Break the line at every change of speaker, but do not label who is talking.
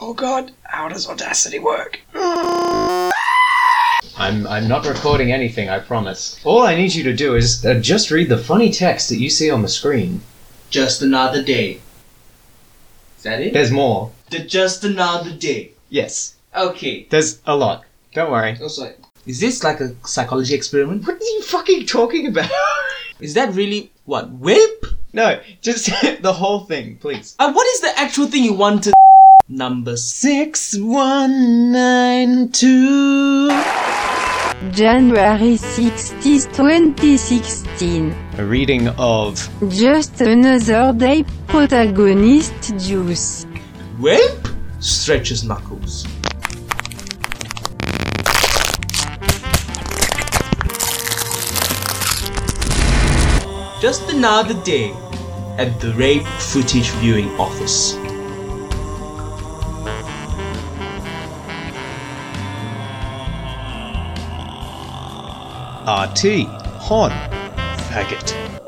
Oh god, how does Audacity work?
I'm I'm not recording anything, I promise. All I need you to do is uh, just read the funny text that you see on the screen.
Just another day. Is that it?
There's more.
The just another day.
Yes.
Okay.
There's a lot. Don't worry.
Also, is this like a psychology experiment?
What are you fucking talking about?
Is that really what whip?
no, just the whole thing, please.
Uh, what is the actual thing you want to numbers?
Six one nine two.
January 60th, 2016.
A reading of
Just another day, protagonist Juice.
Whip stretches knuckles. Just another day at the rape footage viewing office.
RT Hon Faggot.